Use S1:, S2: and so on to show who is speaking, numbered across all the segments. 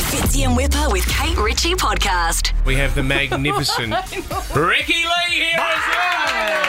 S1: Fitzy and Whipper with Kate Ritchie podcast.
S2: We have the magnificent Ricky Lee here as well.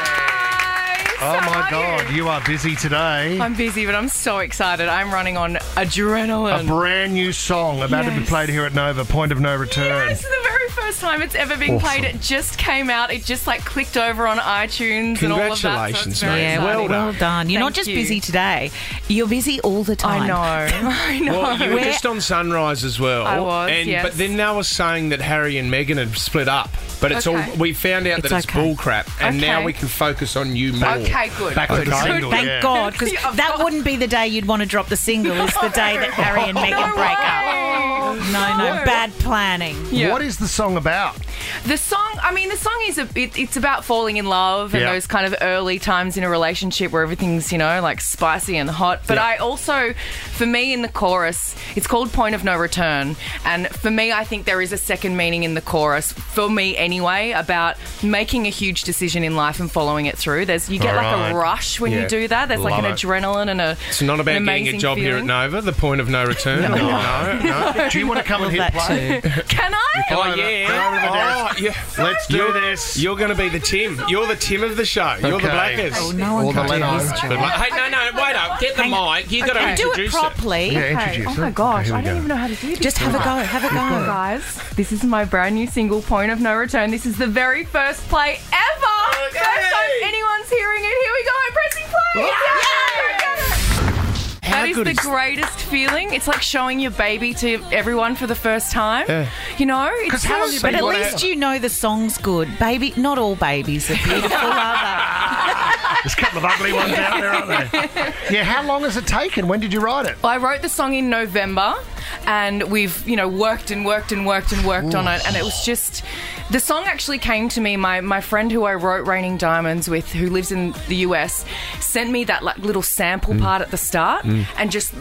S3: Oh my God, you are busy today.
S4: I'm busy, but I'm so excited. I'm running on adrenaline.
S3: a brand new song about to be
S4: Yes.
S3: played here at Nova, Point of No Return.
S4: Yes, the very first time it's ever been
S3: Awesome.
S4: played. It just came out. It just like clicked over on iTunes and all of that. so it's
S2: Congratulations,
S4: very
S2: mate.
S5: Yeah,
S4: exciting.
S5: well,
S2: Exciting.
S5: well done. You're
S4: Thank
S5: not just
S4: you.
S5: busy today, you're busy all the time.
S4: I know. I know.
S2: Well, you were
S5: Where-
S2: just on Sunrise as well.
S4: I was,
S2: and,
S4: yes.
S2: But then they were saying that Harry and Meghan had split up. But it's
S4: Okay.
S2: all we found out that it's
S5: It's okay.
S2: bull crap, and now
S4: Okay.
S2: we can focus on you more.
S4: Okay, good.
S2: Back
S3: Good.
S2: to
S3: Good.
S2: single.
S5: Thank
S3: Yeah.
S5: God, because
S4: Yeah, of
S5: that
S4: course.
S5: wouldn't be the day you'd want to drop the single. It's the day that Harry and Meghan
S4: No
S5: break
S4: way.
S5: up. No, no, bad planning.
S4: Yeah.
S3: What is the song about?
S4: The song, I mean, the song is a, it, it's about falling in love and
S3: Yeah.
S4: those kind of early times in a relationship where everything's you know like spicy and hot. But
S2: Yeah.
S4: I also, for me, in the chorus, it's called "Point of No Return," and for me, I think there is a second meaning in the chorus for me anyway about making a huge decision in life and following it through. There's you get like
S3: Alright.
S4: a rush when
S2: Yeah.
S4: you do that. There's like an
S3: Love it.
S4: adrenaline and a
S2: It's not about
S4: an
S2: getting a
S4: amazing
S2: job here at
S4: feeling.
S2: Nova, the point of no return. No, no.
S3: Do you want to come and hit
S5: That
S3: play?
S5: too.
S4: Can I?
S2: Oh,
S3: over-
S2: yeah.
S3: come over there.
S2: Oh, yeah.
S3: Let's do
S2: You're-
S3: this.
S2: You're going to be the Tim. You're the Tim of the show. You're the
S3: Okay.
S2: Blackers.
S3: Oh,
S5: No one
S3: Or
S5: can
S3: the
S5: do
S3: Leno.
S5: his
S3: Good
S5: job.
S3: luck.
S2: Hey, no, no, wait up. Get the mic. You've got to
S5: And do it
S2: introduce it.
S5: properly.
S3: Yeah, introduce
S4: Oh my
S3: it.
S4: gosh,
S3: Okay,
S4: I
S3: here
S4: don't
S3: we
S4: even
S3: go.
S4: know how to do this.
S5: Just have a go. Have a go.
S4: Guys, this is my brand new single, Point of No Return. This is the very first play ever.
S2: Okay.
S4: First time anyone's hearing it. Here we go. I'm pressing
S3: Oh,
S4: play. Yay! That is
S2: good
S4: the
S2: is-
S4: greatest feeling. It's like showing your baby to everyone for the first time. You know, it's
S3: how long you
S5: But
S3: been
S5: at
S3: What
S5: least you know the song's good. Baby, not all babies are beautiful, are
S3: There's a couple of ugly ones out there, aren't there? Yeah, how long has it taken? When did you write it?
S4: I wrote the song in November and we've, you know, worked and worked and worked and worked on it and it was just the song actually came to me my my friend who I wrote Raining Diamonds with who lives in the US sent me that like little sample
S2: Mm.
S4: part at the start and just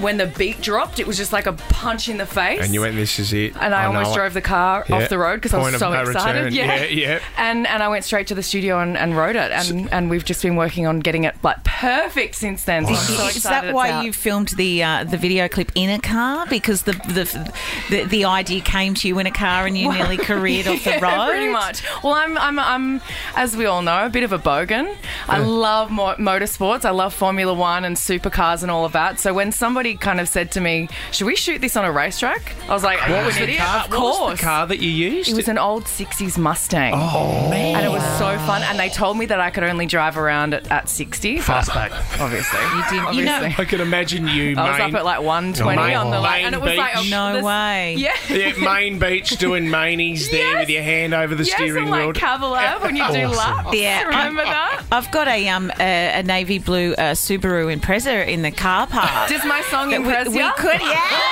S4: when the beat dropped it was just like a punch in the face.
S2: And you went, this is it.
S4: And I,
S2: know
S4: almost
S2: it.
S4: drove the car
S2: Yeah.
S4: off the road because I
S2: Point
S4: was
S2: of
S4: so
S2: no return.
S4: excited.
S2: Yeah, yeah.
S4: And and I went straight to the studio and, and wrote it. And and we've just been working on getting it like perfect since then. So I'm so
S5: they?
S4: excited
S5: Is that
S4: it's
S5: why
S4: out.
S5: you filmed the uh, the video clip in a car? Because the the, the the idea came to you in a car and you nearly careered off the
S4: Yeah,
S5: road.
S4: pretty much. Well, I'm, I'm, I'm, as we all know, a bit of a bogan. I love mo- motorsports. I love Formula One and supercars and all of that. So when somebody kind of said to me, "Should we shoot this on a racetrack?" I was like, "What was it? Of course."
S2: What was the car that you used?
S4: It was an old 60s Mustang. Oh, man. And it was so fun. And they told me that I could only drive around at, at 60.
S3: Fastback.
S4: Obviously. You did.
S5: you know-
S2: I can imagine you,
S4: I was
S2: Maine.
S4: up at like 120
S2: Main-
S4: on the
S2: Main
S4: light. And it was like, oh,
S2: beach.
S5: No
S4: this-
S5: way.
S4: Yeah.
S2: yeah, Main Beach doing mainies there
S4: Yes.
S2: with your hand over the
S4: Yes,
S2: steering
S4: and like
S2: wheel.
S4: Cavalab when you do
S3: Awesome.
S4: laps.
S5: Yeah.
S4: Remember that?
S5: I've got a um a, a navy blue uh, Subaru Impreza in the car park.
S4: Does my song
S5: that we,
S4: impress
S5: we
S4: you?
S5: could, yeah.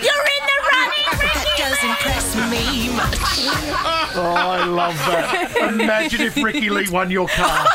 S5: You're in the running. Ricky.
S3: Oh, I love that. Imagine if Ricky Lee won your car.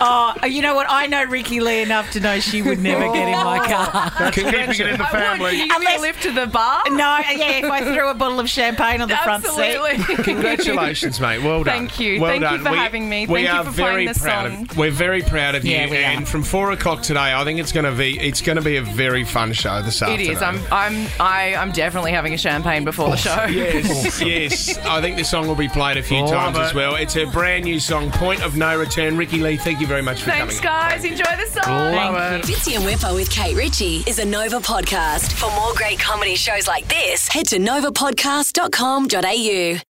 S5: Oh, you know what? I know Ricky Lee enough to know she would never get in my car.
S3: That's keeping it in the
S4: I would. Can
S3: family.
S4: you give me a
S5: Unless-
S4: lift to the bar?
S5: No, yeah. If I threw a bottle of champagne on the front seat,
S4: Absolutely.
S2: Congratulations, mate. Well done.
S4: Thank you.
S2: Well
S4: Thank you
S2: done.
S4: for
S2: we,
S4: having me.
S2: We
S4: Thank you
S2: are
S4: for
S2: very
S4: playing this
S2: proud
S4: song.
S2: of. We're very proud of
S5: Yeah,
S2: you.
S5: we are.
S2: and from four o'clock today, I think it's going to be. It's going to be a very fun show this
S4: It
S2: afternoon.
S4: is. I'm. I'm. I, I'm definitely having a champagne before the show.
S2: Yes, yes. I think the song will be played a few
S3: Love
S2: times
S3: it.
S2: as well. It's a brand new song, Point of No Return. Ricky Lee, thank you very much for
S4: Thanks,
S2: coming.
S4: guys. Enjoy the song.
S3: Love it.
S1: Fitzy and Whipper with Kate Ritchie is a Nova podcast. For more great comedy shows like this, head to novapodcast.com.au.